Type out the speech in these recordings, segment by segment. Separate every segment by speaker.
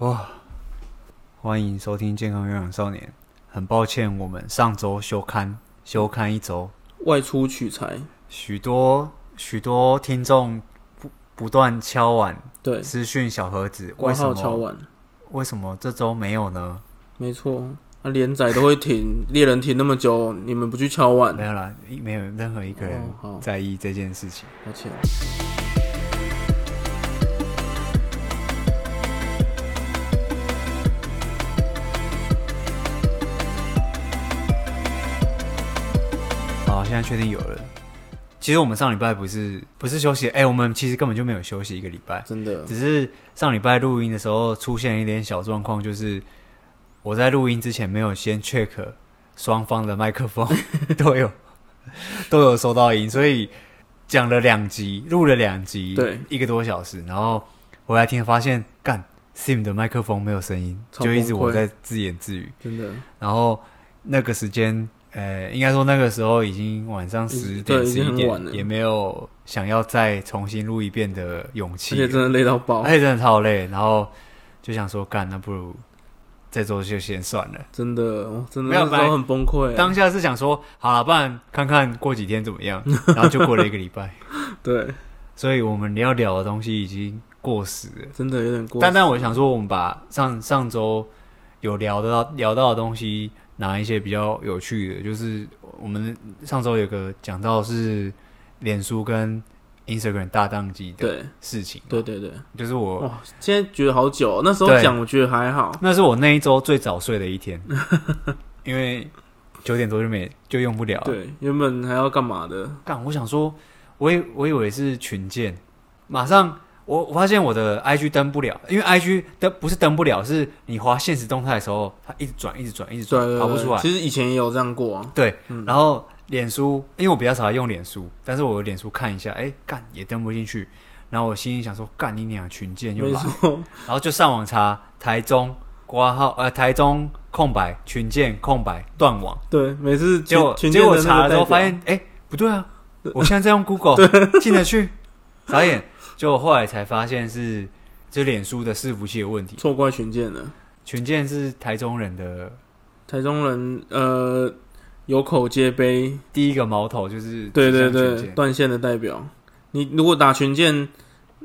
Speaker 1: 哇！欢迎收听《健康有氧少年》。很抱歉，我们上周休刊，休刊一周，
Speaker 2: 外出取材，
Speaker 1: 许多许多听众不不断敲碗
Speaker 2: 对，
Speaker 1: 私讯小盒子，为
Speaker 2: 挂
Speaker 1: 什
Speaker 2: 号敲
Speaker 1: 么？
Speaker 2: 完，
Speaker 1: 为什么这周没有呢？
Speaker 2: 没错。啊，连载都会停， 猎人停那么久，你们不去敲碗，
Speaker 1: 没有啦，一没有任何一个人
Speaker 2: 哦好
Speaker 1: 在意这件事情。
Speaker 2: 抱歉。
Speaker 1: 好，现在确定有了。其实我们上礼拜不是不是休息，哎、我们其实根本就没有休息一个礼拜。
Speaker 2: 真的，
Speaker 1: 只是上礼拜录音的时候出现一点小状况，就是我在录音之前没有先 check 双方的麦克风 都有都有收到音，所以讲了两集，录了两集，
Speaker 2: 对，
Speaker 1: 一个多小时，然后回来听发现，干 Sim 的麦克风没有声音，
Speaker 2: 超
Speaker 1: 就一直
Speaker 2: 崩溃
Speaker 1: 我在自言自语，
Speaker 2: 真的，
Speaker 1: 然后那个时间。呃，应该说那个时候已经晚上十点、
Speaker 2: 对已
Speaker 1: 十
Speaker 2: 经
Speaker 1: 一
Speaker 2: 很晚
Speaker 1: 点，
Speaker 2: 了
Speaker 1: 也没有想要再重新录一遍的勇气哎
Speaker 2: 而。且真的累到爆
Speaker 1: 而，且真的超累，然后就想说，干，那不如这周就先算了。
Speaker 2: 真的，哦真的
Speaker 1: 没有
Speaker 2: 那时
Speaker 1: 本来
Speaker 2: 候很崩溃啊。
Speaker 1: 当下是想说，好了，不然看看过几天怎么样，然后就过了一个礼拜，
Speaker 2: 对，
Speaker 1: 所以我们要聊的东西已经过时了。
Speaker 2: 真的有点过。
Speaker 1: 但但我想说，我们把上上周有聊得到聊到的东西，拿一些比较有趣的，就是我们上周有个讲到是脸书跟 Instagram 大宕机的
Speaker 2: 对，
Speaker 1: 事情，
Speaker 2: 对，哦对对，
Speaker 1: 就是我
Speaker 2: 哇，现在觉得好久哦，那时候
Speaker 1: 对
Speaker 2: 讲我觉得还好，
Speaker 1: 那是我那一周最早睡的一天， 因为九点多就没就用不了了。
Speaker 2: 对，原本还要干嘛的，
Speaker 1: 干，我想说，我以我以为是群建，马上我我发现我的 IG 登不了，因为 IG 登不是登不了，是你滑现实动态的时候，它一直转，一直转，一直
Speaker 2: 对
Speaker 1: 转
Speaker 2: 对，
Speaker 1: 跑不
Speaker 2: 对
Speaker 1: 出来。
Speaker 2: 其实以前也有这样过啊，
Speaker 1: 对，然后脸书，因为我比较少用脸书，但是我脸书看一下，哎、干也登不进去。然后我心里想说，干你俩群建又
Speaker 2: 没
Speaker 1: 来，
Speaker 2: 错，
Speaker 1: 然后就上网查台中挂号，呃，台中空白群建空白断网，
Speaker 2: 对，每次
Speaker 1: 结果
Speaker 2: 群
Speaker 1: 结果
Speaker 2: 建的那
Speaker 1: 查
Speaker 2: 个
Speaker 1: 了之后
Speaker 2: 代表
Speaker 1: 发现，哎、不对啊，我现在在用 Google 进得去，傻眼。就后来才发现是这脸书的伺服器有问题，
Speaker 2: 错怪群建了。
Speaker 1: 群建是台中人的
Speaker 2: 台中人呃有口皆碑，
Speaker 1: 第一个矛头，就是
Speaker 2: 对
Speaker 1: 指向
Speaker 2: 对
Speaker 1: 群
Speaker 2: 对，
Speaker 1: 建
Speaker 2: 断线的代表。你如果打群建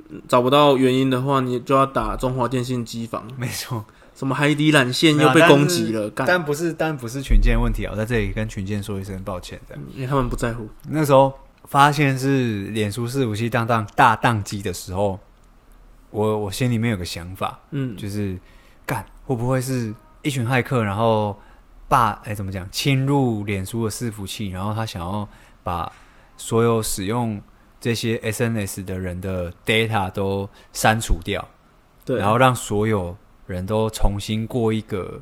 Speaker 2: 嗯找不到原因的话，你就要打中华电信机房，
Speaker 1: 没错，
Speaker 2: 什么海底缆线
Speaker 1: 没有
Speaker 2: 又被
Speaker 1: 但是
Speaker 2: 攻击了，干、
Speaker 1: 但不是但不是群建问题啊，我在这里跟群建说一声抱歉的。
Speaker 2: 因为他们不在乎。
Speaker 1: 那时候发现是脸书伺服器当当大宕机的时候，我我心里面有个想法，
Speaker 2: 嗯，
Speaker 1: 就是干会不会是一群骇客，然后霸哎、怎么讲侵入脸书的伺服器，然后他想要把所有使用这些 SNS 的人的 data 都删除掉，
Speaker 2: 对，
Speaker 1: 然后让所有人都重新过一个。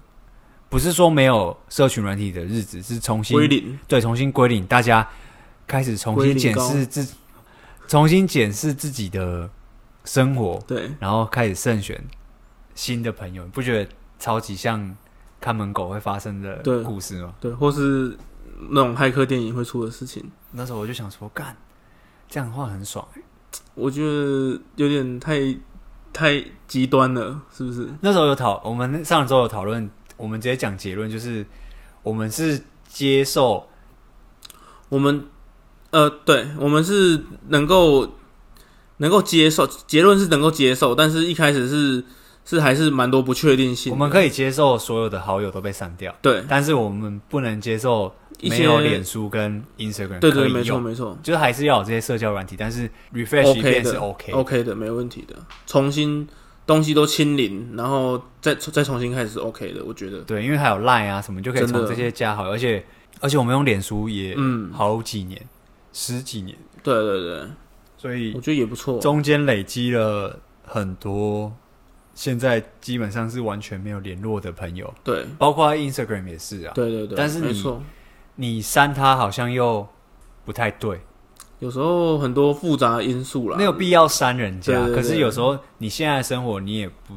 Speaker 1: 不是说没有社群软体的日子，是重新
Speaker 2: 归零，
Speaker 1: 对，重新归零，大家开始重新检
Speaker 2: 归
Speaker 1: 视自，重新检视自己的生活，
Speaker 2: 对，
Speaker 1: 然后开始慎选新的朋友，你不觉得超级像看门狗会发生的
Speaker 2: 对
Speaker 1: 故事吗？
Speaker 2: 对，或是那种骇客电影会出的事情，
Speaker 1: 那时候我就想说，干这样的话很爽、欸。
Speaker 2: 我觉得有点太太极端了，是不是？
Speaker 1: 那时候有讨，我们上周有讨论，我们直接讲结论，就是我们是接受
Speaker 2: 我们呃，对，我们是能够能够接受，结论是能够接受，但是一开始是是还是蛮多不确定性的。
Speaker 1: 我们可以接受所有的好友都被删掉，
Speaker 2: 对
Speaker 1: 但是我们不能接受
Speaker 2: 一
Speaker 1: 没
Speaker 2: 些
Speaker 1: 有脸书跟 Instagram
Speaker 2: 对
Speaker 1: 可
Speaker 2: 对，
Speaker 1: 以
Speaker 2: 没错
Speaker 1: 用
Speaker 2: 没错
Speaker 1: 就是还是要有这些社交软体，但是 refresh 一遍是 OK 的。
Speaker 2: ，OK 的，没问题的，重新东西都清零，然后再再重新开始是 OK 的，我觉得。
Speaker 1: 对，因为还有 Line 啊什么，就可以
Speaker 2: 真的
Speaker 1: 从这些加好友，而且而且我们用脸书也
Speaker 2: 嗯，
Speaker 1: 好几年，十几年，
Speaker 2: 对对对，
Speaker 1: 所
Speaker 2: 我
Speaker 1: 以
Speaker 2: 觉得也不错。
Speaker 1: 中间累积了很多，现在基本上是完全没有联络的朋友，
Speaker 2: 对
Speaker 1: 包括 Instagram 也是啊。
Speaker 2: 对对对，
Speaker 1: 但是
Speaker 2: 没
Speaker 1: 你
Speaker 2: 错，
Speaker 1: 你删他好像又不太对，
Speaker 2: 有时候很多复杂的因素啦，
Speaker 1: 没有必要删人家。
Speaker 2: 对对对
Speaker 1: 可是有时候你现在的生活，你也不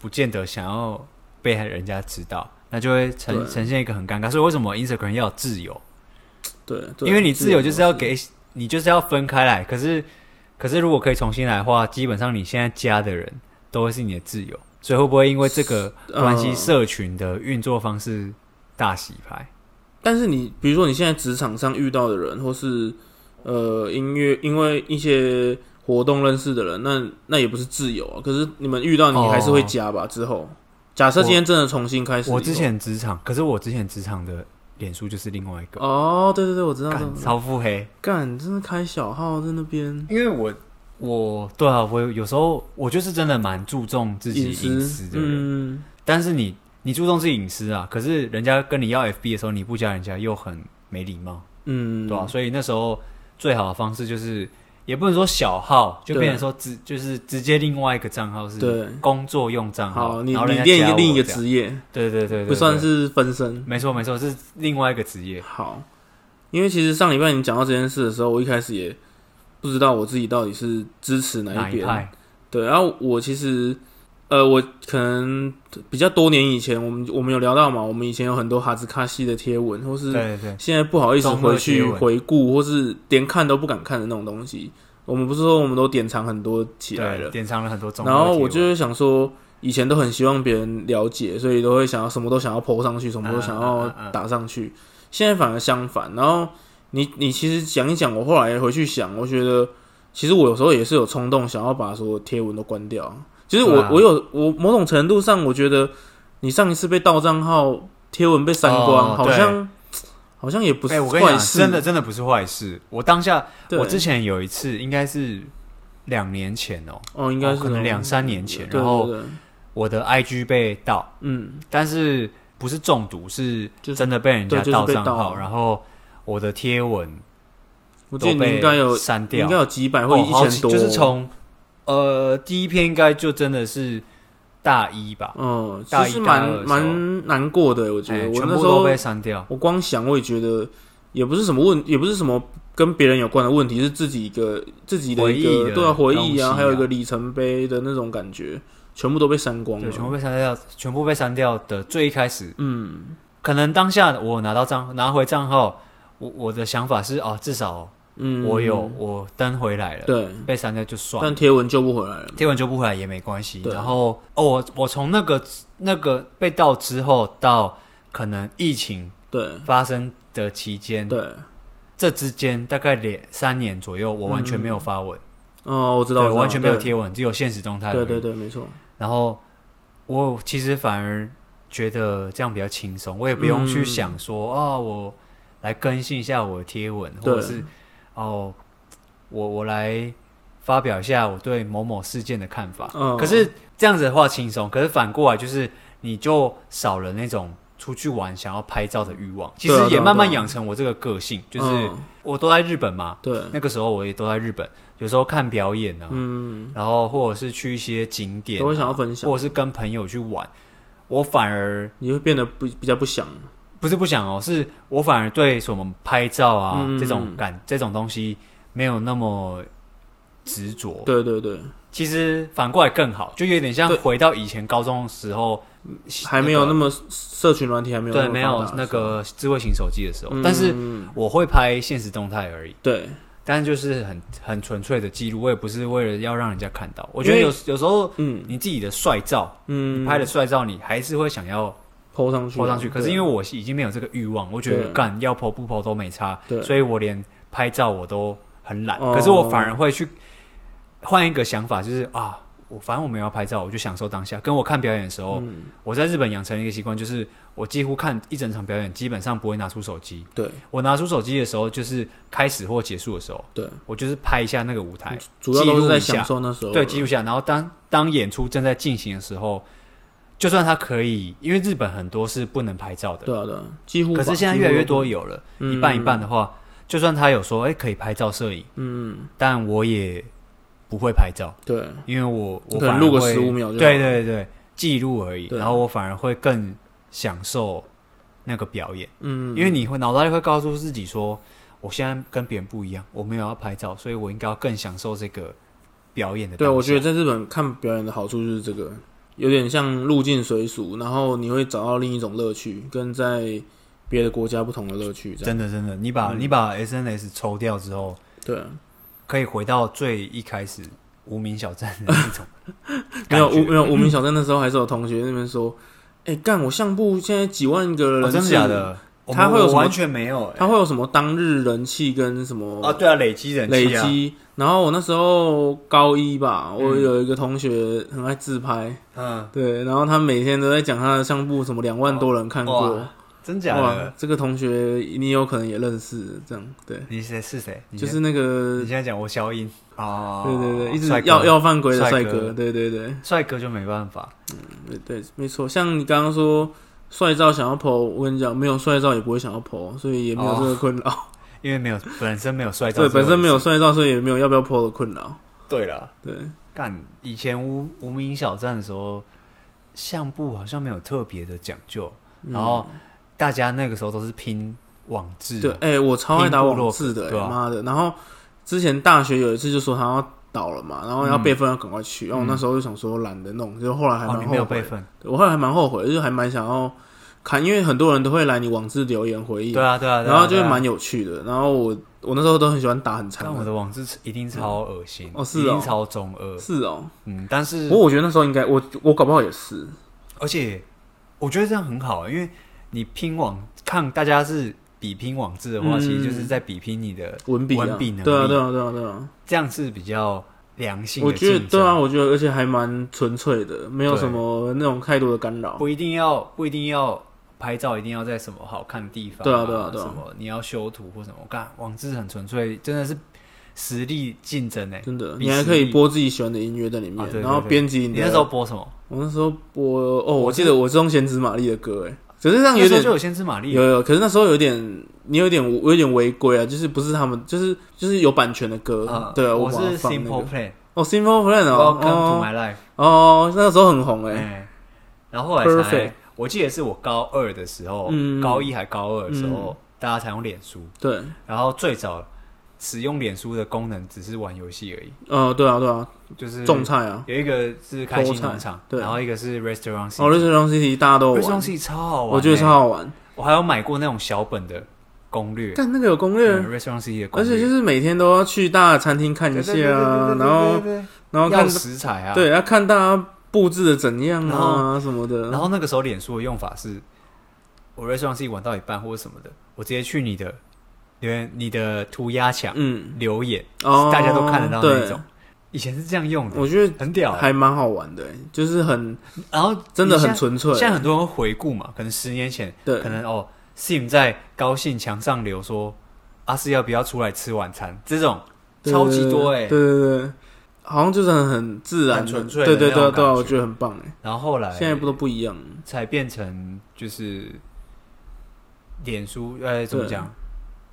Speaker 1: 不见得想要被人家知道，那就会呈
Speaker 2: 对
Speaker 1: 呈现一个很尴尬。所以为什么 Instagram 要有自由？
Speaker 2: 对，对
Speaker 1: 因为你自由就是要给你就是要分开来。可是可是如果可以重新来的话，基本上你现在加的人都会是你的自由，所以会不会因为这个关系
Speaker 2: 呃
Speaker 1: 社群的运作方式大洗牌？
Speaker 2: 但是你比如说你现在职场上遇到的人，或是呃音乐，因为一些活动认识的人，那那也不是自由啊。可是你们遇到你
Speaker 1: 哦
Speaker 2: 还是会加吧？之后假设今天真的重新开始以后，
Speaker 1: 我之前职场，可是我之前职场的脸书就是另外一个，
Speaker 2: 哦，对对对，我知道，
Speaker 1: 干、超腹黑，
Speaker 2: 干真的开小号在那边，
Speaker 1: 因为我我对啊，我有时候我就是真的蛮注重自己
Speaker 2: 饮
Speaker 1: 隐私
Speaker 2: 食，
Speaker 1: 的人，
Speaker 2: 嗯，
Speaker 1: 但是你你注重自己隐私啊，可是人家跟你要 FB 的时候，你不加人家又很没礼貌，
Speaker 2: 嗯，
Speaker 1: 对啊，所以那时候最好的方式就是。也不能说小号，就
Speaker 2: 对
Speaker 1: 变成说直就是直接另外一个账号是
Speaker 2: 对
Speaker 1: 工作用账号，
Speaker 2: 好，你
Speaker 1: 然后
Speaker 2: 你
Speaker 1: 人家
Speaker 2: 练一
Speaker 1: 加
Speaker 2: 个
Speaker 1: 我
Speaker 2: 另一个
Speaker 1: 这样
Speaker 2: 职业，
Speaker 1: 对对对对，对
Speaker 2: 不算
Speaker 1: 对
Speaker 2: 是分身。
Speaker 1: 没错没错，是另外一个职业。
Speaker 2: 好，因为其实上礼拜你讲到这件事的时候，我一开始也不知道我自己到底是支持哪
Speaker 1: 哪
Speaker 2: 一
Speaker 1: 一
Speaker 2: 边。
Speaker 1: 派？
Speaker 2: 对，然、后我其实，呃，我可能比较多年以前，我们我们有聊到嘛，我们以前有很多哈兹卡西的贴文，或
Speaker 1: 对
Speaker 2: 是
Speaker 1: 对对，
Speaker 2: 现在不好意思
Speaker 1: 中二
Speaker 2: 回
Speaker 1: 贴
Speaker 2: 去
Speaker 1: 文
Speaker 2: 回顾，或是连看都不敢看的那种东西。我们不是说我们都典藏很多起来
Speaker 1: 对
Speaker 2: 了，
Speaker 1: 典藏了很多中。
Speaker 2: 然后我就是想说，以前都很希望别人了解，所以都会想要什么都想要抛上去，什么都想
Speaker 1: 嗯
Speaker 2: 要打上去。现在反而相反，然后你你其实想一想，我后来回去想，我觉得其实我有时候也是有冲动想要把所有贴文都关掉。其实我、
Speaker 1: 对啊
Speaker 2: 我有我某种程度上，我觉得你上一次被盗账号贴文被删光，
Speaker 1: 哦
Speaker 2: 好
Speaker 1: 对
Speaker 2: 像好像也不
Speaker 1: 哎、
Speaker 2: 是
Speaker 1: 我跟你
Speaker 2: 坏
Speaker 1: 讲，
Speaker 2: 事。
Speaker 1: 真的真的不是坏事。我当下，
Speaker 2: 对，
Speaker 1: 我之前有一次，应该是两年前哦、
Speaker 2: 哦应该
Speaker 1: 哦
Speaker 2: 是
Speaker 1: 可能
Speaker 2: 哦
Speaker 1: 两三年前
Speaker 2: 对
Speaker 1: 然后
Speaker 2: 对对
Speaker 1: 我的 IG 被盗，
Speaker 2: 嗯
Speaker 1: 但是不是中毒，是
Speaker 2: 就是
Speaker 1: 真的被人家
Speaker 2: 对就是被
Speaker 1: 账号，
Speaker 2: 盗
Speaker 1: 然后我的贴文
Speaker 2: 我记得
Speaker 1: 都
Speaker 2: 你
Speaker 1: 被
Speaker 2: 应该有
Speaker 1: 删
Speaker 2: 应
Speaker 1: 掉
Speaker 2: 该，有几百或
Speaker 1: 哦
Speaker 2: 一
Speaker 1: 好
Speaker 2: 千
Speaker 1: 几
Speaker 2: 多，
Speaker 1: 就是从呃第一篇应该就真的是大一吧，
Speaker 2: 嗯，
Speaker 1: 大
Speaker 2: 其
Speaker 1: 一
Speaker 2: 实
Speaker 1: 大二的
Speaker 2: 蛮
Speaker 1: 时候
Speaker 2: 蛮难过的，我觉
Speaker 1: 哎
Speaker 2: 得我
Speaker 1: 全
Speaker 2: 那
Speaker 1: 部
Speaker 2: 时
Speaker 1: 都
Speaker 2: 候
Speaker 1: 被删掉。
Speaker 2: 我光想我也觉得也不是什么问，也不是什么跟别人有关的问题，是自己一个自己的一
Speaker 1: 回忆
Speaker 2: 个
Speaker 1: 的
Speaker 2: 对啊回忆
Speaker 1: 东西啊
Speaker 2: 啊，还有一个里程碑的那种感觉，全部都被删光
Speaker 1: 对，全部
Speaker 2: 了。
Speaker 1: 被删掉，全部被删掉的最一开始，
Speaker 2: 嗯
Speaker 1: 可能当下我拿到账拿回账号，我我的想法是哦，至少
Speaker 2: 嗯，
Speaker 1: 我有、我登回来了，
Speaker 2: 对，
Speaker 1: 被删掉就算
Speaker 2: 但
Speaker 1: 了，
Speaker 2: 贴文救不回来了。
Speaker 1: 贴文就不回来也没关系。
Speaker 2: 对
Speaker 1: 然后哦，我我从那个那个被盗之后到可能疫情
Speaker 2: 对
Speaker 1: 发生的期间，
Speaker 2: 对，
Speaker 1: 这之间大概两三年左右，我完全没有发文，
Speaker 2: 哦，我知
Speaker 1: 对，
Speaker 2: 道，我知
Speaker 1: 我
Speaker 2: 道
Speaker 1: 完全没有
Speaker 2: 对
Speaker 1: 贴文，只有现实动态而已。
Speaker 2: 对对对，没错。
Speaker 1: 然后我其实反而觉得这样比较轻松，我也不用去
Speaker 2: 嗯
Speaker 1: 想说啊、我来更新一下我的贴文，
Speaker 2: 对
Speaker 1: 或者是哦，我我来发表一下我对某某事件的看法。
Speaker 2: 嗯
Speaker 1: 可是这样子的话轻松，可是反过来就是你就少了那种。出去玩想要拍照的欲望，其
Speaker 2: 对啊
Speaker 1: 实
Speaker 2: 对
Speaker 1: 也
Speaker 2: 啊
Speaker 1: 慢慢
Speaker 2: 对啊
Speaker 1: 养成我这个个性，就是
Speaker 2: 嗯
Speaker 1: 我都在日本嘛，
Speaker 2: 对，
Speaker 1: 那个时候我也都在日本，有时候看表演啊，
Speaker 2: 嗯，
Speaker 1: 然后或者是去一些景点啊，
Speaker 2: 都会想要分享，
Speaker 1: 或者是跟朋友去玩，我反而
Speaker 2: 你会变得不比较不想，
Speaker 1: 不是不想哦，是我反而对什么拍照啊、
Speaker 2: 嗯
Speaker 1: 这种感这种东西没有那么执着。
Speaker 2: 对对对，
Speaker 1: 其实反过来更好，就有点像
Speaker 2: 对嗯
Speaker 1: 回到以前高中的时候，
Speaker 2: 还没有那
Speaker 1: 么、
Speaker 2: 么社群软体还没有
Speaker 1: 对
Speaker 2: 么
Speaker 1: 没
Speaker 2: 发
Speaker 1: 有
Speaker 2: 达
Speaker 1: 那个智慧型手机的时候，
Speaker 2: 嗯
Speaker 1: 但是我会拍现实动态而已。
Speaker 2: 对
Speaker 1: 但是就是很很纯粹的记录，我也不是为了要让人家看到。我觉得
Speaker 2: 因为
Speaker 1: 有有时候
Speaker 2: 嗯
Speaker 1: 你自己的帅照，
Speaker 2: 嗯
Speaker 1: 拍的帅照，你还是会想要
Speaker 2: 抛上去
Speaker 1: 泼上去。可是因为
Speaker 2: 为
Speaker 1: 我已经没有这个欲望，我觉得
Speaker 2: 对
Speaker 1: 干要泼不泼都没差，
Speaker 2: 对
Speaker 1: 所以我连拍照我都很懒。
Speaker 2: 哦
Speaker 1: 可是我反而会去换一个想法，就是啊，我反正我没有要拍照，我就享受当下。跟我看表演的时候，
Speaker 2: 嗯
Speaker 1: 我在日本养成了一个习惯，就是我几乎看一整场表演，基本上不会拿出手机。
Speaker 2: 对
Speaker 1: 我拿出手机的时候，就是开始或结束的时候，
Speaker 2: 对，
Speaker 1: 我就是拍一下那个舞台，
Speaker 2: 主要都
Speaker 1: 记录
Speaker 2: 是
Speaker 1: 一
Speaker 2: 在
Speaker 1: 下
Speaker 2: 享受那时候
Speaker 1: 对，记录下。然后当当演出正在进行的时候，就算它可以，因为日本很多是不能拍照的，
Speaker 2: 对啊对啊，几乎吧嗯
Speaker 1: 可是现在越来越多
Speaker 2: 几
Speaker 1: 有了，
Speaker 2: 乎都
Speaker 1: 一半一半的话，就算他有说哎、诶可以拍照摄影，
Speaker 2: 嗯
Speaker 1: 但我也不会拍照，
Speaker 2: 对
Speaker 1: 因为我我
Speaker 2: 可
Speaker 1: 反
Speaker 2: 能
Speaker 1: 而
Speaker 2: 录个
Speaker 1: 会
Speaker 2: 15秒就好
Speaker 1: 对对对，记录而已。
Speaker 2: 对
Speaker 1: 然后我反而会更享受那个表演，
Speaker 2: 嗯，
Speaker 1: 因为你会脑袋会告诉自己说，我现在跟别人不一样，我没有要拍照，所以我应该要更享受这个表演的当
Speaker 2: 对
Speaker 1: 下。
Speaker 2: 我觉得在日本看表演的好处就是这个，有点像入境随俗，然后你会找到另一种乐趣，跟在别的国家不同的乐趣这样嗯
Speaker 1: 真的真的，你把、你把 SNS 抽掉之后，
Speaker 2: 对。
Speaker 1: 可以回到最一开始无名小站的那种感觉。
Speaker 2: 没有无没有无名小镇那时候还是有同学那边说，哎、干我相簿现在几万个人、
Speaker 1: 哦，真的假？的？我
Speaker 2: 它
Speaker 1: 们
Speaker 2: 会有
Speaker 1: 我
Speaker 2: 什么
Speaker 1: 完全没有、欸？
Speaker 2: 他会有什么当日人气跟什么
Speaker 1: 啊，对啊，累积人
Speaker 2: 哦累
Speaker 1: 气啊，
Speaker 2: 积？然后我那时候高一吧，我有一个同学很爱自拍，
Speaker 1: 嗯，
Speaker 2: 对，然后他每天都在讲他的相簿，什么两万多人看过
Speaker 1: 哇，真假
Speaker 2: 哇
Speaker 1: 的？，
Speaker 2: 这个同学你有可能也认识，这样对，
Speaker 1: 你谁是谁？你
Speaker 2: 就
Speaker 1: 先
Speaker 2: 是那个
Speaker 1: 你现在讲我消音哦，
Speaker 2: 对对对，一直
Speaker 1: 帅哥
Speaker 2: 要要犯规的帅
Speaker 1: 帅
Speaker 2: 哥，
Speaker 1: 哥
Speaker 2: 对对对
Speaker 1: 帅哥就没办法，
Speaker 2: 对对，没错。像你刚刚说帅照想要 PO，我跟你讲，没有帅照也不会想要 PO，所以也没有这个困扰。
Speaker 1: 因为没有本身没有哦帅照
Speaker 2: 对，
Speaker 1: 这个问
Speaker 2: 本
Speaker 1: 题，
Speaker 2: 身没有帅照，所以也没有要不要 PO 的困扰。
Speaker 1: 对了。
Speaker 2: 对，
Speaker 1: 干以前无无名小站的时候，相簿好像没有特别的讲究，
Speaker 2: 嗯
Speaker 1: 然后大家那个时候都是拼网志，
Speaker 2: 对，哎、我超爱
Speaker 1: 拼
Speaker 2: 打
Speaker 1: 部
Speaker 2: 网
Speaker 1: 落
Speaker 2: 字的、
Speaker 1: 对
Speaker 2: 哎
Speaker 1: 啊
Speaker 2: 妈、的！然后之前大学有一次就说他要倒了嘛，然后要备份要赶快去，然后我那时候就想说懒得弄，就后来还
Speaker 1: 嗯哦，
Speaker 2: 蛮
Speaker 1: 你没有
Speaker 2: 后
Speaker 1: 备
Speaker 2: 悔。
Speaker 1: 份，
Speaker 2: 对我后来还蛮后悔，就是还蛮想要看，因为很多人都会来你网字留言回应
Speaker 1: 对，啊，对啊，对啊
Speaker 2: 然后就
Speaker 1: 对
Speaker 2: 会
Speaker 1: 啊
Speaker 2: 蛮有趣的。然后我我那时候都很喜欢打很长
Speaker 1: 但我
Speaker 2: 的，
Speaker 1: 的网志一定超恶心，
Speaker 2: 哦是哦
Speaker 1: 一定超中二，
Speaker 2: 是哦。
Speaker 1: 嗯，但是
Speaker 2: 不过我觉得那时候应该我我搞不好也是，
Speaker 1: 而且我觉得这样很好，因为你拼网看大家是比拼网志的话，
Speaker 2: 嗯
Speaker 1: 其实就是在比拼你的，
Speaker 2: 文笔啊，
Speaker 1: 呃文笔能力
Speaker 2: 对啊对啊对啊对啊，
Speaker 1: 这样是比较良性
Speaker 2: 我
Speaker 1: 的
Speaker 2: 觉
Speaker 1: 竞
Speaker 2: 得
Speaker 1: 争，
Speaker 2: 对啊，我觉得而且还蛮纯粹的，没有
Speaker 1: 对
Speaker 2: 什么那种太多的干扰。
Speaker 1: 不一定要不一定要拍照，一定要在什么好看的地方、
Speaker 2: 对啊对啊对啊
Speaker 1: 什么你要修图或什么，我干网志很纯粹，真的是实力竞争哎、
Speaker 2: 真的，
Speaker 1: 比
Speaker 2: 你还
Speaker 1: 实
Speaker 2: 可以
Speaker 1: 力
Speaker 2: 播自己喜欢的音乐在里面，
Speaker 1: 啊对对
Speaker 2: 然后
Speaker 1: 对
Speaker 2: 编辑你
Speaker 1: 你
Speaker 2: 的。
Speaker 1: 那时候播什么？
Speaker 2: 我那时候播哦，我记得我是用先知玛丽的歌，哎，可是这样有
Speaker 1: 那时候
Speaker 2: 点
Speaker 1: 就有先知玛丽
Speaker 2: 有有，可是那时候有点你有点有点违规啊，就是不是他们，就是就是有版权的歌，
Speaker 1: 啊，
Speaker 2: 对啊，
Speaker 1: 我
Speaker 2: 把它
Speaker 1: 是
Speaker 2: 放那
Speaker 1: Simple
Speaker 2: 个
Speaker 1: Plan，Welcome
Speaker 2: 哦，Simple Plan 哦，
Speaker 1: to
Speaker 2: 哦
Speaker 1: My Life，
Speaker 2: 哦，那个时候很红哎，
Speaker 1: 哎，然后后来
Speaker 2: Perfect
Speaker 1: 才，我记得是我高二的时候
Speaker 2: 嗯，
Speaker 1: 高一还高二的时候，大家才用脸书，
Speaker 2: 对，
Speaker 1: 然后最早使用脸书的功能只是玩游戏而已，
Speaker 2: 呃，对啊，对啊，
Speaker 1: 就是
Speaker 2: 种菜啊，
Speaker 1: 有一个是开心
Speaker 2: 偷菜
Speaker 1: 农场，
Speaker 2: 对
Speaker 1: 然后一个是 Restaurant City，
Speaker 2: 哦，Restaurant City 大家都有
Speaker 1: 瑞士
Speaker 2: 玩
Speaker 1: 东，西超好玩、
Speaker 2: 我觉得超，好玩，
Speaker 1: 我还有买过那种小本的攻略，
Speaker 2: 但那个有攻略
Speaker 1: 嗯，瑞士东西的攻
Speaker 2: 而
Speaker 1: 略，
Speaker 2: 且就是每天都要去大的餐厅看一下啊，然后然后看
Speaker 1: 要食材啊，
Speaker 2: 对，，要看大家布置的怎样
Speaker 1: 然
Speaker 2: 啊什么的。
Speaker 1: 然后那个时候脸书的用法是，我瑞士东西玩到一半或者什么的，我直接去你的留言，你的涂鸦墙、
Speaker 2: 嗯，
Speaker 1: 留言，
Speaker 2: 哦，
Speaker 1: 大家都看得到那
Speaker 2: 对
Speaker 1: 种，，以前是这样用的，
Speaker 2: 我觉得
Speaker 1: 很屌、
Speaker 2: 还蛮好玩的欸，就是很
Speaker 1: 然后
Speaker 2: 真的
Speaker 1: 你现
Speaker 2: 很
Speaker 1: 在
Speaker 2: 纯粹。
Speaker 1: 现在很多人会回顾嘛，可能十年前，
Speaker 2: 对
Speaker 1: 可能哦，Sim 在高兴墙上流说，阿、四要不要出来吃晚餐？这种
Speaker 2: 对
Speaker 1: 超级多哎、
Speaker 2: 对对对对，好像就是很很自然的、
Speaker 1: 很纯粹的
Speaker 2: 对对
Speaker 1: 那
Speaker 2: 对
Speaker 1: 种
Speaker 2: 对啊，
Speaker 1: 感
Speaker 2: 我
Speaker 1: 觉
Speaker 2: 觉得很棒哎。
Speaker 1: 然后后来
Speaker 2: 现在不都不一样了？
Speaker 1: 才变成就是脸书，呃，怎么讲？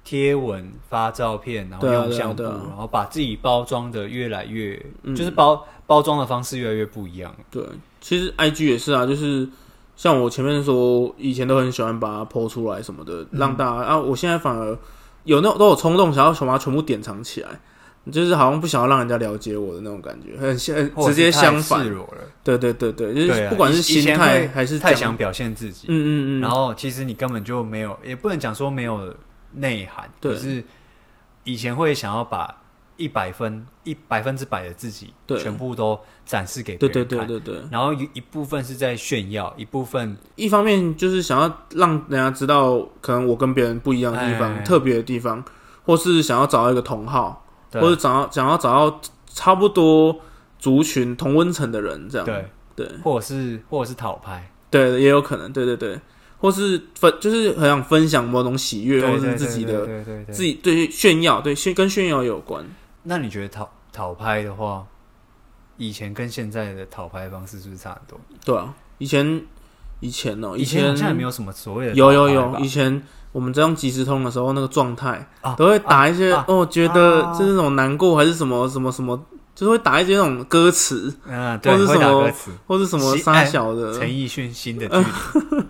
Speaker 1: 贴文发照片，然后
Speaker 2: 对啊
Speaker 1: 用
Speaker 2: 对啊
Speaker 1: 相簿，
Speaker 2: 对啊
Speaker 1: 然后把自己包装的越来越，
Speaker 2: 嗯
Speaker 1: 就是包包装的方式越来越不一样。
Speaker 2: 对，其实 IG 也是啊，就是像我前面说，以前都很喜欢把它剖出来什么的，
Speaker 1: 嗯
Speaker 2: 让大家啊，我现在反而有那种都有冲动想要把它全部典藏起来，就是好像不想要让人家了解我的那种感觉，很现
Speaker 1: 或者
Speaker 2: 呃直
Speaker 1: 是
Speaker 2: 接
Speaker 1: 太
Speaker 2: 相
Speaker 1: 赤
Speaker 2: 反。
Speaker 1: 裸了，
Speaker 2: 对对对对，就
Speaker 1: 对
Speaker 2: 是
Speaker 1: 啊
Speaker 2: 不管是
Speaker 1: 以以
Speaker 2: 心
Speaker 1: 前
Speaker 2: 态
Speaker 1: 会
Speaker 2: 还是
Speaker 1: 太
Speaker 2: 讲
Speaker 1: 想表现自己，
Speaker 2: 嗯嗯嗯，
Speaker 1: 然后其实你根本就没有，也不能讲说没有内涵，
Speaker 2: 对
Speaker 1: 可是以前会想要把一百分、一百分之百的自己
Speaker 2: 对
Speaker 1: 全部都展示给别
Speaker 2: 对
Speaker 1: 人
Speaker 2: 对对
Speaker 1: 看嗯
Speaker 2: 对对，
Speaker 1: 然后有一部分是在炫耀，一部分
Speaker 2: 一方面就是想要让人家知道，可能我跟别人不一样的地方，
Speaker 1: 哎
Speaker 2: 特别的地方，或是想要找到一个同好，
Speaker 1: 对
Speaker 2: 或者找到想要找到差不多族群同温层的人，这样
Speaker 1: 对，
Speaker 2: 对
Speaker 1: 或者是或者是讨拍，
Speaker 2: 对，也有可能，对对对，或是分就是很想分享某种喜悦，或是自己
Speaker 1: 对
Speaker 2: 的
Speaker 1: 对对对
Speaker 2: 自己对于炫耀，对炫跟炫耀有关。
Speaker 1: 那你觉得讨讨拍的话，以前跟现在的讨拍方式是不是差很多？
Speaker 2: 对啊，以前以前哦、
Speaker 1: 以前
Speaker 2: 前
Speaker 1: 好像也没有什么所谓的
Speaker 2: 有有
Speaker 1: 讨
Speaker 2: 有
Speaker 1: 拍，吧
Speaker 2: 以前我们在用即时通的时候，那个状态
Speaker 1: 啊
Speaker 2: 都会打一些、
Speaker 1: 啊
Speaker 2: 哦，觉得
Speaker 1: 啊
Speaker 2: 就是那种难过还是什么什么什么，就是会打一些那种歌词
Speaker 1: 嗯，
Speaker 2: 或
Speaker 1: 对，
Speaker 2: 是
Speaker 1: 会
Speaker 2: 什
Speaker 1: 打
Speaker 2: 么
Speaker 1: 歌词，
Speaker 2: 或是什么
Speaker 1: 喜
Speaker 2: 沙
Speaker 1: 哎
Speaker 2: 小的，
Speaker 1: 陈奕迅新的距离，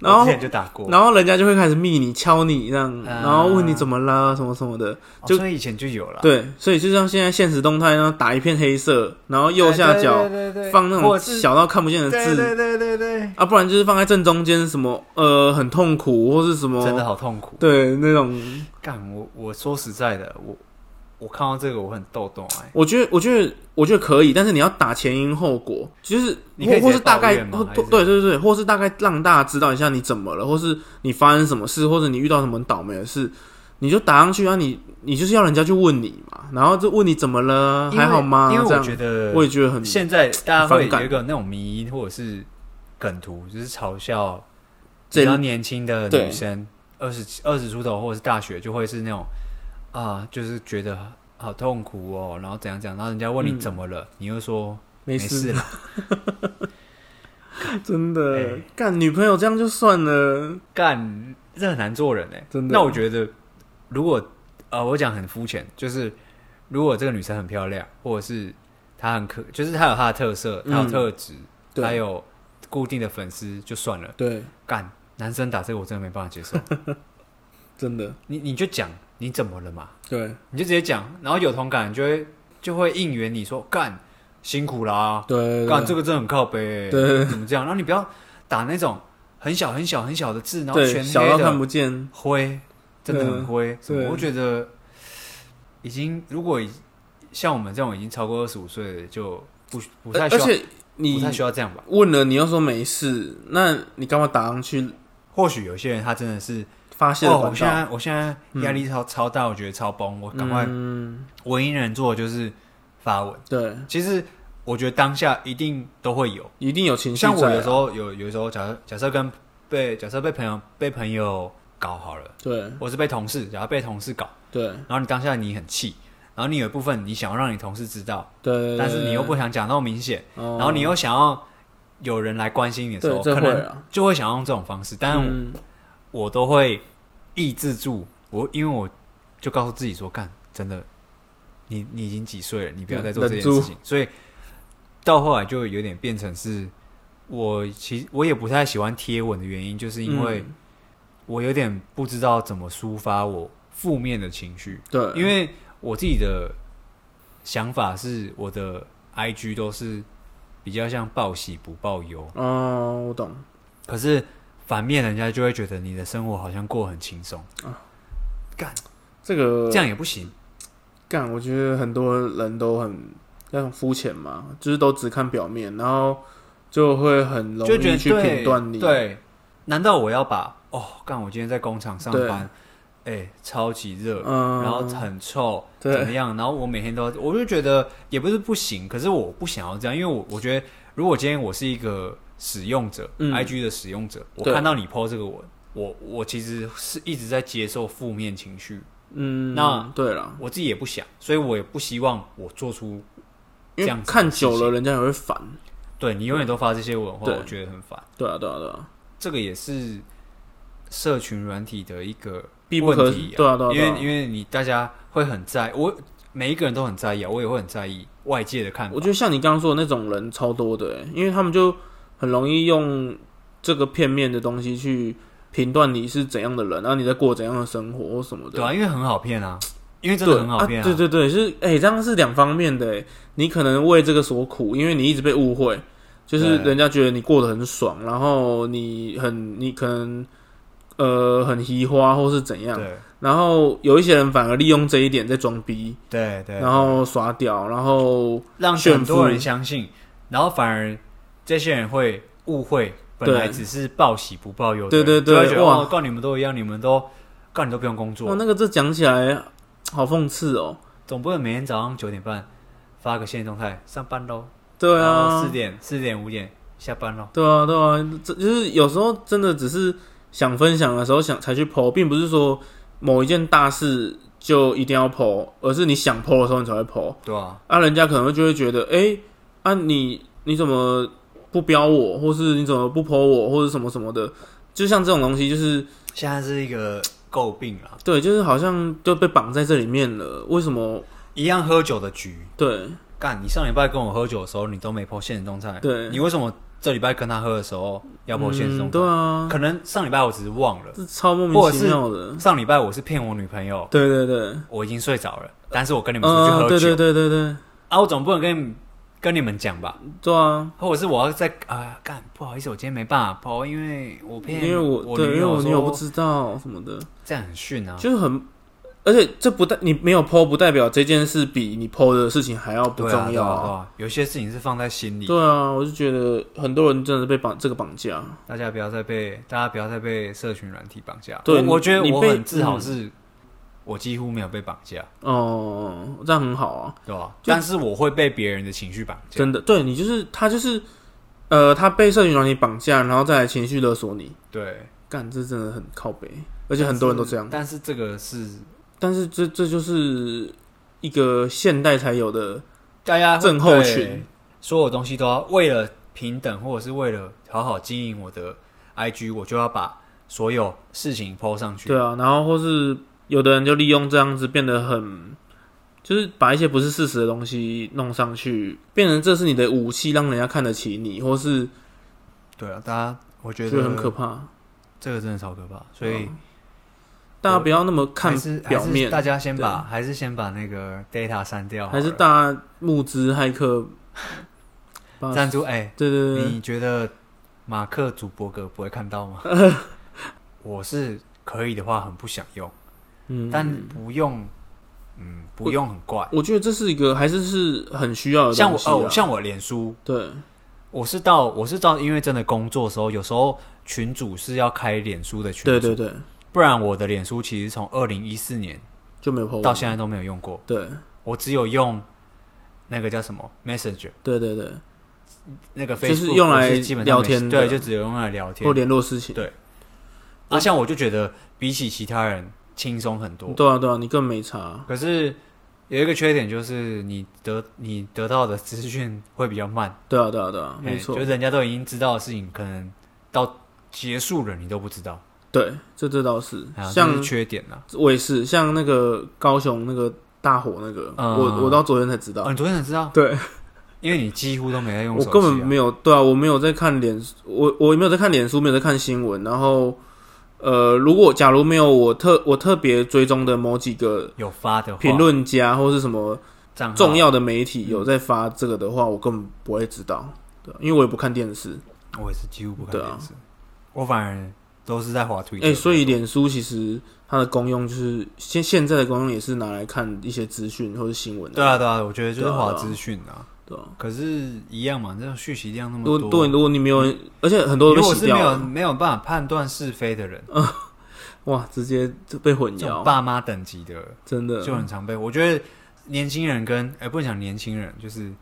Speaker 2: 然
Speaker 1: 我
Speaker 2: 后
Speaker 1: 之前就打过，
Speaker 2: 然后人家就会开始密你、敲你这样，
Speaker 1: 啊
Speaker 2: 然后问你怎么啦什么什么的。
Speaker 1: 哦
Speaker 2: 就
Speaker 1: 所以以前就有了。
Speaker 2: 对，所以就像现在现实动态，然后打一片黑色，然后右
Speaker 1: 哎
Speaker 2: 下角放那种小到看不见的
Speaker 1: 对
Speaker 2: 字
Speaker 1: 对对对对，
Speaker 2: 啊，不然就是放在正中间什么呃很痛苦或是什么
Speaker 1: 真的好痛苦。
Speaker 2: 对那种
Speaker 1: 干我我说实在的，我我看到这个我很逗懂哎，
Speaker 2: 我觉得，我觉得，我觉得可以，但是你要打前因后果，就是
Speaker 1: 你可以直接
Speaker 2: 或或是大
Speaker 1: 抱
Speaker 2: 概，
Speaker 1: 怨吗
Speaker 2: 或
Speaker 1: 还是
Speaker 2: 对对对对，或是大概让大家知道一下你怎么了，或是你发生什么事，或者你遇到什么很倒霉的事，你就打上去啊，你你就是要人家去问你嘛，然后就问你怎么了，
Speaker 1: 因为
Speaker 2: 啊还好吗？
Speaker 1: 因为
Speaker 2: 这
Speaker 1: 我
Speaker 2: 样
Speaker 1: 觉得
Speaker 2: 我也觉得很
Speaker 1: 现在大家会
Speaker 2: 反感
Speaker 1: 有一个那种迷因或者是梗图，就是嘲笑
Speaker 2: 这
Speaker 1: 比较年轻的女
Speaker 2: 对
Speaker 1: 生，二十二十出头或者是大学，就会是那种啊，就是觉得好痛苦哦，然后怎样怎样，然后人家问你
Speaker 2: 嗯
Speaker 1: 怎么了，你又说
Speaker 2: 没
Speaker 1: 事
Speaker 2: 事，
Speaker 1: 了，
Speaker 2: 真的
Speaker 1: 哎
Speaker 2: 干女朋友这样就算了，
Speaker 1: 干这很难做人哎，
Speaker 2: 真的
Speaker 1: 那我觉得，如果呃，我讲很肤浅，就是如果这个女生很漂亮，或者是她很可，就是她有她的特色，她有
Speaker 2: 嗯
Speaker 1: 特质，她
Speaker 2: 对
Speaker 1: 有固定的粉丝，就算了。
Speaker 2: 对，
Speaker 1: 干男生打这个我真的没办法接受，
Speaker 2: 真的
Speaker 1: 你你就讲你怎么了嘛，
Speaker 2: 对
Speaker 1: 你就直接讲，然后有同感就会就会应援你说干辛苦啦，
Speaker 2: 对
Speaker 1: 干
Speaker 2: 对
Speaker 1: 这个真的很靠背、
Speaker 2: 对对
Speaker 1: 怎么这样？然后你不要打那种很小很小很小的字，然后
Speaker 2: 对，
Speaker 1: 全
Speaker 2: 小到
Speaker 1: 黑
Speaker 2: 看
Speaker 1: 的
Speaker 2: 不见，
Speaker 1: 灰，真的很灰。什么
Speaker 2: 对
Speaker 1: 我觉得已经如果已像我们这种已经超过二十五岁的，就不不太
Speaker 2: 而
Speaker 1: 需
Speaker 2: 而
Speaker 1: 要
Speaker 2: 且
Speaker 1: 不
Speaker 2: 你
Speaker 1: 太需要这样吧。
Speaker 2: 问了，你又说没事，那你干嘛打上去
Speaker 1: 或许有些人他真的是
Speaker 2: 发泄的
Speaker 1: 哦，我
Speaker 2: 管
Speaker 1: 现
Speaker 2: 道？
Speaker 1: 在我现在压力超、超大，我觉得超崩，我赶快
Speaker 2: 嗯，
Speaker 1: 唯一能做的就是发文。
Speaker 2: 对，
Speaker 1: 其实我觉得当下一定都会有，
Speaker 2: 一定有情绪在
Speaker 1: 像
Speaker 2: 啊。
Speaker 1: 我有时候有有时候假设假设跟被假设被朋友被朋友搞好了，
Speaker 2: 对
Speaker 1: 我是被同事，然后被同事搞，
Speaker 2: 对
Speaker 1: 然后你当下你很气，然后你有一部分你想要让你同事知道，
Speaker 2: 对，
Speaker 1: 但是你又不想讲那么明显，
Speaker 2: 呃哦，
Speaker 1: 然后你又想要有人来关心你的时
Speaker 2: 对
Speaker 1: 候，
Speaker 2: 这
Speaker 1: 可
Speaker 2: 会
Speaker 1: 能
Speaker 2: 啊，
Speaker 1: 就会想用这种方式，但我
Speaker 2: 嗯
Speaker 1: 我都会抑制住我，因为我就告诉自己说，干，真的，你你已经几岁了，你不要再做这件事情。所以到后来就有点变成是，我其实我也不太喜欢贴文的原因，就是因为
Speaker 2: 嗯
Speaker 1: 我有点不知道怎么抒发我负面的情绪，
Speaker 2: 嗯对，
Speaker 1: 因为我自己的想法是，我的 IG 都是比较像报喜不报忧，
Speaker 2: 哦，我懂，
Speaker 1: 可是反面人家就会觉得你的生活好像过得很轻松，
Speaker 2: 这个
Speaker 1: 这样也不行。
Speaker 2: 干，我觉得很多人都很那种肤浅嘛，就是都只看表面，然后就会很容
Speaker 1: 就觉得
Speaker 2: 易去
Speaker 1: 对
Speaker 2: 评断你。
Speaker 1: 对，难道我要把哦，干我今天在工厂上班，哎、超级热，
Speaker 2: 嗯，
Speaker 1: 然后很臭，怎
Speaker 2: 对
Speaker 1: 么样？然后我每天都，我就觉得也不是不行，可是我不想要这样，因为我我觉得如果今天我是一个使用者、
Speaker 2: 嗯
Speaker 1: i g 的使用者，我
Speaker 2: 对
Speaker 1: 看到你 PO 这个我。我我其实是一直在接受负面情绪，
Speaker 2: 嗯，
Speaker 1: 那
Speaker 2: 对了，
Speaker 1: 我自己也不想，所以我也不希望我做出这
Speaker 2: 因为
Speaker 1: 样子的
Speaker 2: 看
Speaker 1: 事
Speaker 2: 久
Speaker 1: 情
Speaker 2: 了人家也会烦。
Speaker 1: 对你永远都发这些文化，
Speaker 2: 对
Speaker 1: 我觉得很烦。
Speaker 2: 对啊，对啊，对啊，
Speaker 1: 这个也是社群软体的一个
Speaker 2: 必不可
Speaker 1: 问题
Speaker 2: 对啊，对啊，
Speaker 1: 因为
Speaker 2: 对啊
Speaker 1: 因为你大家会很在我每一个人都很在意啊，我也会很在意外界的看法
Speaker 2: 我。觉得像你刚刚说的那种人超多的欸，因为他们就很容易用这个片面的东西去评断你是怎样的人，然后你在过怎样的生活或什么的。
Speaker 1: 对啊，因为很好骗啊，因为真
Speaker 2: 哦对
Speaker 1: 的很好骗
Speaker 2: 啊对对对，是哎、这样是两方面的欸。你可能为这个所苦，因为你一直被误会，就是
Speaker 1: 对
Speaker 2: 人家觉得你过得很爽，然后你很你可能呃很移花或是怎样，
Speaker 1: 对
Speaker 2: 然后有一些人反而利用这一点在装逼，
Speaker 1: 对对，
Speaker 2: 然后耍屌，然后
Speaker 1: 让
Speaker 2: 炫
Speaker 1: 很多
Speaker 2: 富
Speaker 1: 人相信，然后反而这些人会误会，本
Speaker 2: 对
Speaker 1: 来只是报喜不报忧的
Speaker 2: 对
Speaker 1: 人，
Speaker 2: 对对
Speaker 1: 就会觉得
Speaker 2: 哇
Speaker 1: 哦，告你们都一样，你们都告你都不用工
Speaker 2: 哇，
Speaker 1: 作，
Speaker 2: 哦那个这讲起来好讽刺哦。
Speaker 1: 总不能每天早上九点半发个现实动态上班喽，
Speaker 2: 对
Speaker 1: 然后
Speaker 2: 啊
Speaker 1: 四，点四点五点下班喽。
Speaker 2: 对啊，对啊，这就是有时候真的只是想分享的时候想才去 PO，并不是说某一件大事就一定要 PO，而是你想 PO 的时候你才会 PO。
Speaker 1: 对啊，
Speaker 2: 啊，人家可能就会觉得，哎、啊你你怎么不标我，或是你怎么不 PO 我，或者什么什么的，就像这种东西，就是
Speaker 1: 现在是一个诟病啦，
Speaker 2: 对，就是好像就被绑在这里面了。为什么？
Speaker 1: 一样喝酒的局。
Speaker 2: 对
Speaker 1: 干，你上礼拜跟我喝酒的时候，你都没 po 现实动态，
Speaker 2: 对
Speaker 1: 你为什么这礼拜跟他喝的时候要 po 哎现实动态？
Speaker 2: 嗯，对啊，
Speaker 1: 可能上礼拜我只是忘了，
Speaker 2: 这超
Speaker 1: 或
Speaker 2: 莫名
Speaker 1: 者
Speaker 2: 其
Speaker 1: 是
Speaker 2: 妙的。
Speaker 1: 上礼拜我是骗我女朋友，
Speaker 2: 对对对，
Speaker 1: 我已经睡着了，但是我跟你们出去
Speaker 2: 嗯，
Speaker 1: 喝酒，
Speaker 2: 对对对对对，
Speaker 1: 啊，我总不能跟你跟你们讲吧？
Speaker 2: 对啊。
Speaker 1: 或者是我要在啊干、不好意思，我今天没办法 po，因为我骗
Speaker 2: 因为我
Speaker 1: 我
Speaker 2: 对，
Speaker 1: 女
Speaker 2: 因为
Speaker 1: 友
Speaker 2: 我女友
Speaker 1: 说
Speaker 2: 不知道什么的，
Speaker 1: 这样很逊啊，
Speaker 2: 就是很而且这不代你没有 PO 不代表这件事比你 PO 的事情还要不
Speaker 1: 对啊，
Speaker 2: 重
Speaker 1: 对
Speaker 2: 要
Speaker 1: 啊，对啊，有些事情是放在心里，
Speaker 2: 对啊，我就觉得很多人真的被绑这个绑架。
Speaker 1: 大家不要再被大家不要再被社群软体绑架。
Speaker 2: 对
Speaker 1: 我我觉得
Speaker 2: 你
Speaker 1: 我
Speaker 2: 被
Speaker 1: 很自豪
Speaker 2: 嗯
Speaker 1: 是，我几乎没有被绑架，
Speaker 2: 哦，这样很好啊，
Speaker 1: 对吧？
Speaker 2: 就
Speaker 1: 但是我会被别人的情绪绑架，
Speaker 2: 真的。对你就是他就是，呃，他被社群软体绑架，然后再来情绪勒索你，
Speaker 1: 对，
Speaker 2: 干这真的很靠北，而且很多人都这样。
Speaker 1: 但是这个是
Speaker 2: 但是这这就是一个现代才有的，
Speaker 1: 大家会
Speaker 2: 症候群
Speaker 1: 对，所有东西都要为了平等，或者是为了好好经营我的 IG，我就要把所有事情 PO 上去。
Speaker 2: 对啊。然后或是有的人就利用这样子变得很，就是把一些不是事实的东西弄上去，变成这是你的武器，让人家看得起你，或是
Speaker 1: 对啊，大家我觉
Speaker 2: 觉
Speaker 1: 得
Speaker 2: 得很可怕。
Speaker 1: 这个真的超可怕，所以
Speaker 2: 大家不要那么看
Speaker 1: 还是
Speaker 2: 表
Speaker 1: 还是
Speaker 2: 面，
Speaker 1: 大家先把还是先把那个 data 删掉好了，
Speaker 2: 还是大家募资骇客。把呃
Speaker 1: 赞助？哎、
Speaker 2: 对对对，
Speaker 1: 你觉得马克主伯格不会看到 吗？我是可以的话，很不想用，
Speaker 2: 嗯，
Speaker 1: 但不用，嗯，不
Speaker 2: 我
Speaker 1: 用很怪。
Speaker 2: 我觉得这是一个还是是很需要的
Speaker 1: 像
Speaker 2: 东
Speaker 1: 我
Speaker 2: 西啊
Speaker 1: 哦，像我脸书，
Speaker 2: 对，
Speaker 1: 我是到我是到，因为真的工作的时候，有时候群主是要开脸书的群
Speaker 2: 对
Speaker 1: 组
Speaker 2: 对对，
Speaker 1: 不然我的脸书其实从二零一四年
Speaker 2: 就没有 PO
Speaker 1: 到现在都没有用过，
Speaker 2: 对
Speaker 1: 我只有用那个叫什么 Messenger，
Speaker 2: 对对对，
Speaker 1: 那个 Facebook
Speaker 2: 就是用来
Speaker 1: 我基本上没
Speaker 2: 聊天的
Speaker 1: 对，就只有用来聊天
Speaker 2: 或。联络事情。
Speaker 1: 对啊，像我就觉得比起其他人轻松很多，
Speaker 2: 对啊，对啊，你更没差。
Speaker 1: 可是有一个缺点就是你得你得到的资讯会比较慢，
Speaker 2: 对啊，对啊，对啊，没
Speaker 1: 哎
Speaker 2: 错
Speaker 1: 就，人家都已经知道的事情，可能到结束了你都不知道。
Speaker 2: 对，这这倒是。
Speaker 1: 啊这
Speaker 2: 像
Speaker 1: 是缺点呐、
Speaker 2: 我也是，像那个高雄那个大火那个，
Speaker 1: 嗯
Speaker 2: 我我到昨天才知
Speaker 1: 啊哦，
Speaker 2: 道。
Speaker 1: 你昨天才知道，
Speaker 2: 对，
Speaker 1: 因为你几乎都没在用
Speaker 2: 我
Speaker 1: 手机、啊，
Speaker 2: 根本没有，对啊，我没有在看脸，我我没有在看脸书，没有在看新闻。然后，呃，如果假如没有我特我特别追踪的某几个
Speaker 1: 有发的话
Speaker 2: 评论家或是什么
Speaker 1: 账号
Speaker 2: 重。要的媒体有在发这个的话，我根本不会知道，对啊，因为我也不看电视。
Speaker 1: 我也是几乎不看
Speaker 2: 对啊
Speaker 1: 电视，我反而都是在滑推特。
Speaker 2: 哎、所以脸书其实它的功用就是现现在的功用也是拿来看一些资讯或者新闻的，
Speaker 1: 对啊对啊，我觉得就是
Speaker 2: 对啊
Speaker 1: 滑
Speaker 2: 对啊
Speaker 1: 资讯啊。
Speaker 2: 对啊。
Speaker 1: 可是，一样嘛，这种讯息量那么
Speaker 2: 如
Speaker 1: 多，
Speaker 2: 果对，如果你没有，而且很多
Speaker 1: 如
Speaker 2: 都被
Speaker 1: 果
Speaker 2: 洗
Speaker 1: 是没
Speaker 2: 掉
Speaker 1: 有
Speaker 2: 了，
Speaker 1: 没有办法判断是非的人，
Speaker 2: 哇，直接就被混
Speaker 1: 这种
Speaker 2: 淆，啊
Speaker 1: 爸妈等级的
Speaker 2: 真的
Speaker 1: 就很常被。我觉得年轻人跟哎、不能讲年轻人，就是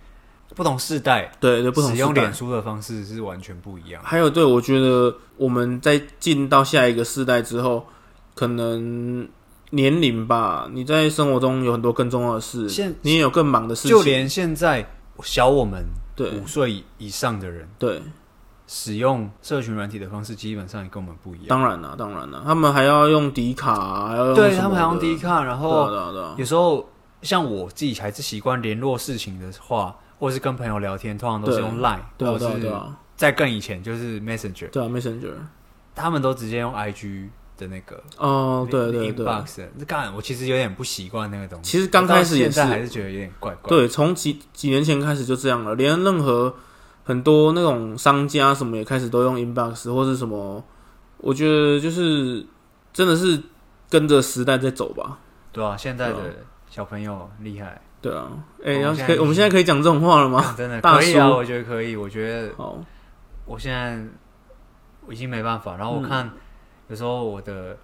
Speaker 1: 不同世代
Speaker 2: 对对，不同
Speaker 1: 使
Speaker 2: 时
Speaker 1: 用
Speaker 2: 代
Speaker 1: 脸。书的方式是完全不一样。
Speaker 2: 还有，对我觉得我们在进到下一个世代之后，可能年龄吧，你在生活中有很多更重要的事
Speaker 1: 现，
Speaker 2: 你也有更忙的事情，
Speaker 1: 就连嗯现在小我们
Speaker 2: 对
Speaker 1: 五岁以以上的人，
Speaker 2: 对，
Speaker 1: 使用社群软体的方式基本上也跟我们不一样。
Speaker 2: 当然啦，当然啦，他们还要用迪卡啊，还要用
Speaker 1: 对
Speaker 2: 什
Speaker 1: 他
Speaker 2: 么
Speaker 1: 们好像
Speaker 2: 的
Speaker 1: 低看，然
Speaker 2: 对啊
Speaker 1: 后
Speaker 2: 对啊对啊
Speaker 1: 有时候像我自己还是习惯联络事情的话，或是跟朋友聊天，通常都是
Speaker 2: 对
Speaker 1: 用 Line，
Speaker 2: 对啊
Speaker 1: 或
Speaker 2: 对啊对
Speaker 1: 是
Speaker 2: 啊。
Speaker 1: 在更以前就是 Messenger，
Speaker 2: 对啊，Messenger。
Speaker 1: 他们都直接用 IG 的那个
Speaker 2: 哦，对对对，
Speaker 1: inbox 的。干，我其实有点不习惯那个东西。
Speaker 2: 其实刚开始也
Speaker 1: 我到现在还
Speaker 2: 是，
Speaker 1: 是觉得有点怪怪。
Speaker 2: 对，从几几年前开始就这样了，连任何很多那种商家什么也开始都用 Inbox 或是什么，我觉得就是真的是跟着时代在走吧。
Speaker 1: 对啊，现在的
Speaker 2: 对
Speaker 1: 小朋友厉害，
Speaker 2: 对啊，
Speaker 1: 哦
Speaker 2: 哎、
Speaker 1: 我们
Speaker 2: 要
Speaker 1: 现在
Speaker 2: 可以
Speaker 1: 已
Speaker 2: 我们
Speaker 1: 经
Speaker 2: 现在可以讲这种话了吗？
Speaker 1: 干真的
Speaker 2: 大
Speaker 1: 可以啊，
Speaker 2: 叔
Speaker 1: 我觉得可以，我觉得
Speaker 2: 好，
Speaker 1: 我现在我已经没办法。然后
Speaker 2: 嗯
Speaker 1: 我看、有时候我的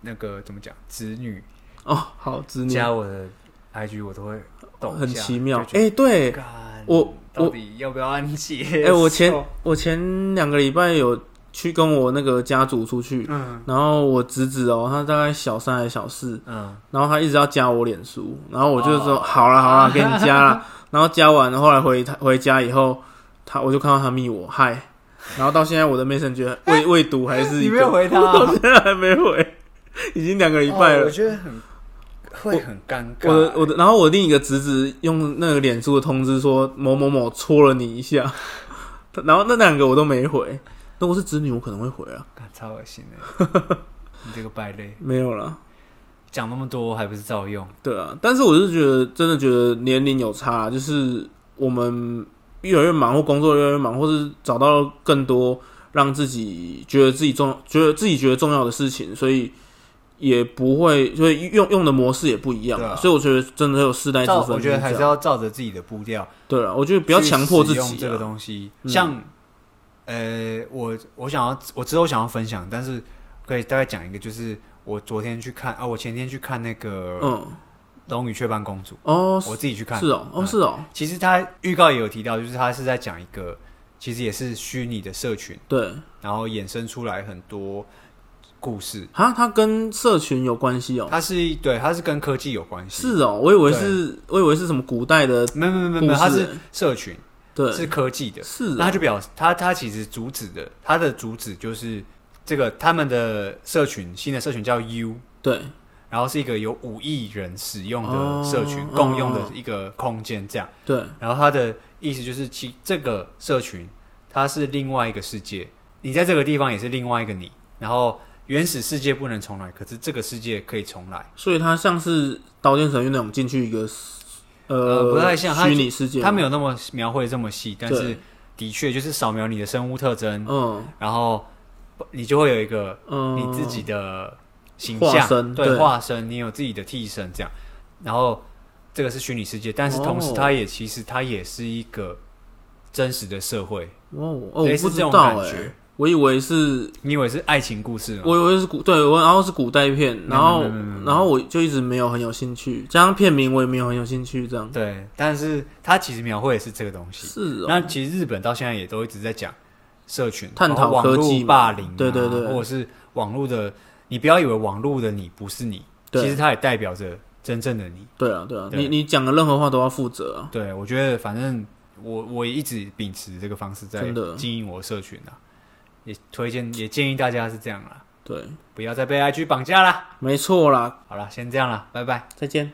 Speaker 1: 那个怎么讲，子女
Speaker 2: 哦，好，子女
Speaker 1: 加我的 IG，我都会动一下
Speaker 2: 很奇妙。
Speaker 1: 就觉
Speaker 2: 哎、
Speaker 1: 得，
Speaker 2: 对
Speaker 1: 干
Speaker 2: 我
Speaker 1: 到底要不要按解？
Speaker 2: 哎、我前我前两个礼拜有去跟我那个家族出去，
Speaker 1: 嗯
Speaker 2: 然后我侄子哦，他大概小三还是小四，
Speaker 1: 嗯，
Speaker 2: 然后他一直要加我脸书，然后我就说、
Speaker 1: 哦
Speaker 2: 好 啦好啦，给你加啦。然后加完，后来回他回家以后，他我就看到他密我嗨，然后到现在我的 messenger 未未读还是
Speaker 1: 你
Speaker 2: 一
Speaker 1: 没有
Speaker 2: 个，
Speaker 1: 回他、
Speaker 2: 到现在还没回，已经两个礼拜
Speaker 1: 哦
Speaker 2: 了。
Speaker 1: 我觉得很会很尴尬。
Speaker 2: 我的我的，然后我另一个侄子用那个脸书的通知说某某某戳了你一下， 然后那两个我都没回。如果是子女，我可能会回啊，
Speaker 1: 干超恶心的， 你这个败类，
Speaker 2: 没有啦。
Speaker 1: 讲那么多还不是照用？
Speaker 2: 对啊，但是我是觉得，真的觉得年龄有差，啊就是我们越来越忙，或工作越来越忙，或是找到更多让自己觉得自己重、觉得自己觉得重要的事情，所以也不会，所以用用的模式也不一样，
Speaker 1: 对啊
Speaker 2: 所以我觉得真的有世代之
Speaker 1: 照
Speaker 2: 分。
Speaker 1: 我觉得还
Speaker 2: 就是这样
Speaker 1: 要照着自己的步调，
Speaker 2: 对啊，我觉得啊不要强迫自
Speaker 1: 去使用
Speaker 2: 己
Speaker 1: 这个
Speaker 2: 啊。
Speaker 1: 东西。
Speaker 2: 嗯
Speaker 1: 像呃，我我想要我之后想要分享，但是可以大概讲一个，就是我昨天去看啊，我前天去看那个《
Speaker 2: 嗯，
Speaker 1: 龙与雀斑公主》
Speaker 2: 哦，
Speaker 1: 我自己去看
Speaker 2: 是哦，哦
Speaker 1: 嗯
Speaker 2: 是哦，
Speaker 1: 其实他预告也有提到，就是他是在讲一个其实也是虚拟的社群，
Speaker 2: 对
Speaker 1: 然后衍生出来很多故事。
Speaker 2: 啊，它跟社群有关系哦，
Speaker 1: 它是对，它是跟科技有关系。
Speaker 2: 是哦，我以为是，我以为是什么古代的
Speaker 1: 没有没有没有
Speaker 2: 呃故
Speaker 1: 没有，它
Speaker 2: 事
Speaker 1: 是社群，
Speaker 2: 对，
Speaker 1: 是科技的。
Speaker 2: 是
Speaker 1: 那
Speaker 2: 哦
Speaker 1: 他就表示，他他其实主旨的，他的主旨就是这个他们的社群，新的社群叫 U，
Speaker 2: 对，
Speaker 1: 然后是一个有五亿人使用的社群，
Speaker 2: 哦
Speaker 1: 共用的一个空间这样。
Speaker 2: 对，
Speaker 1: 然后他的意思就是，其这个社群它是另外一个世界，你在这个地方也是另外一个你。然后原始世界不能重来，可是这个世界可以重来。
Speaker 2: 所以它像是《刀剑神域》那种进去一个
Speaker 1: 呃不太像它
Speaker 2: 虚拟世界吗，
Speaker 1: 他没有那么描绘这么细，但是
Speaker 2: 对
Speaker 1: 的确就是扫描你的生物特征，
Speaker 2: 嗯
Speaker 1: 然后你就会有一个
Speaker 2: 嗯，
Speaker 1: 你自己的形
Speaker 2: 化
Speaker 1: 象，
Speaker 2: 身对
Speaker 1: 对化身，你有自己的替身这样。然后这个是虚拟世界，但是同时
Speaker 2: 哦
Speaker 1: 它也、其实它也是一个真实的社会。
Speaker 2: 哦哦，我
Speaker 1: 类
Speaker 2: 不
Speaker 1: 似
Speaker 2: 知
Speaker 1: 这种
Speaker 2: 道
Speaker 1: 感
Speaker 2: 哎、
Speaker 1: 觉
Speaker 2: 我以为是，
Speaker 1: 你以为是爱情故事吗？
Speaker 2: 我以为是古，对我然后是古代片，
Speaker 1: 没有
Speaker 2: 然后
Speaker 1: 没有没有没有
Speaker 2: 然后我就一直没有很有兴趣，加上片名我也没有很有兴趣，这样
Speaker 1: 对，但是它其实描绘的是这个东西。
Speaker 2: 是哦，
Speaker 1: 那其实日本到现在也都一直在讲社群
Speaker 2: 探讨
Speaker 1: 然后网
Speaker 2: 科技
Speaker 1: 络
Speaker 2: 嘛
Speaker 1: 霸凌、啊，
Speaker 2: 对对对
Speaker 1: 或者是网络的，你不要以为网络的你不是你，
Speaker 2: 对
Speaker 1: 其实它也代表着真正的你。
Speaker 2: 对啊对啊，
Speaker 1: 对
Speaker 2: 你你讲的任何话都要负责啊，
Speaker 1: 对，我觉得反正我我也一直秉持这个方式在
Speaker 2: 真的
Speaker 1: 经营我的社群啊，也推荐也建议大家是这样啦，
Speaker 2: 对，
Speaker 1: 不要再被 IG 绑架啦。
Speaker 2: 没错啦，
Speaker 1: 好啦，先这样啦，拜拜。
Speaker 2: 再见。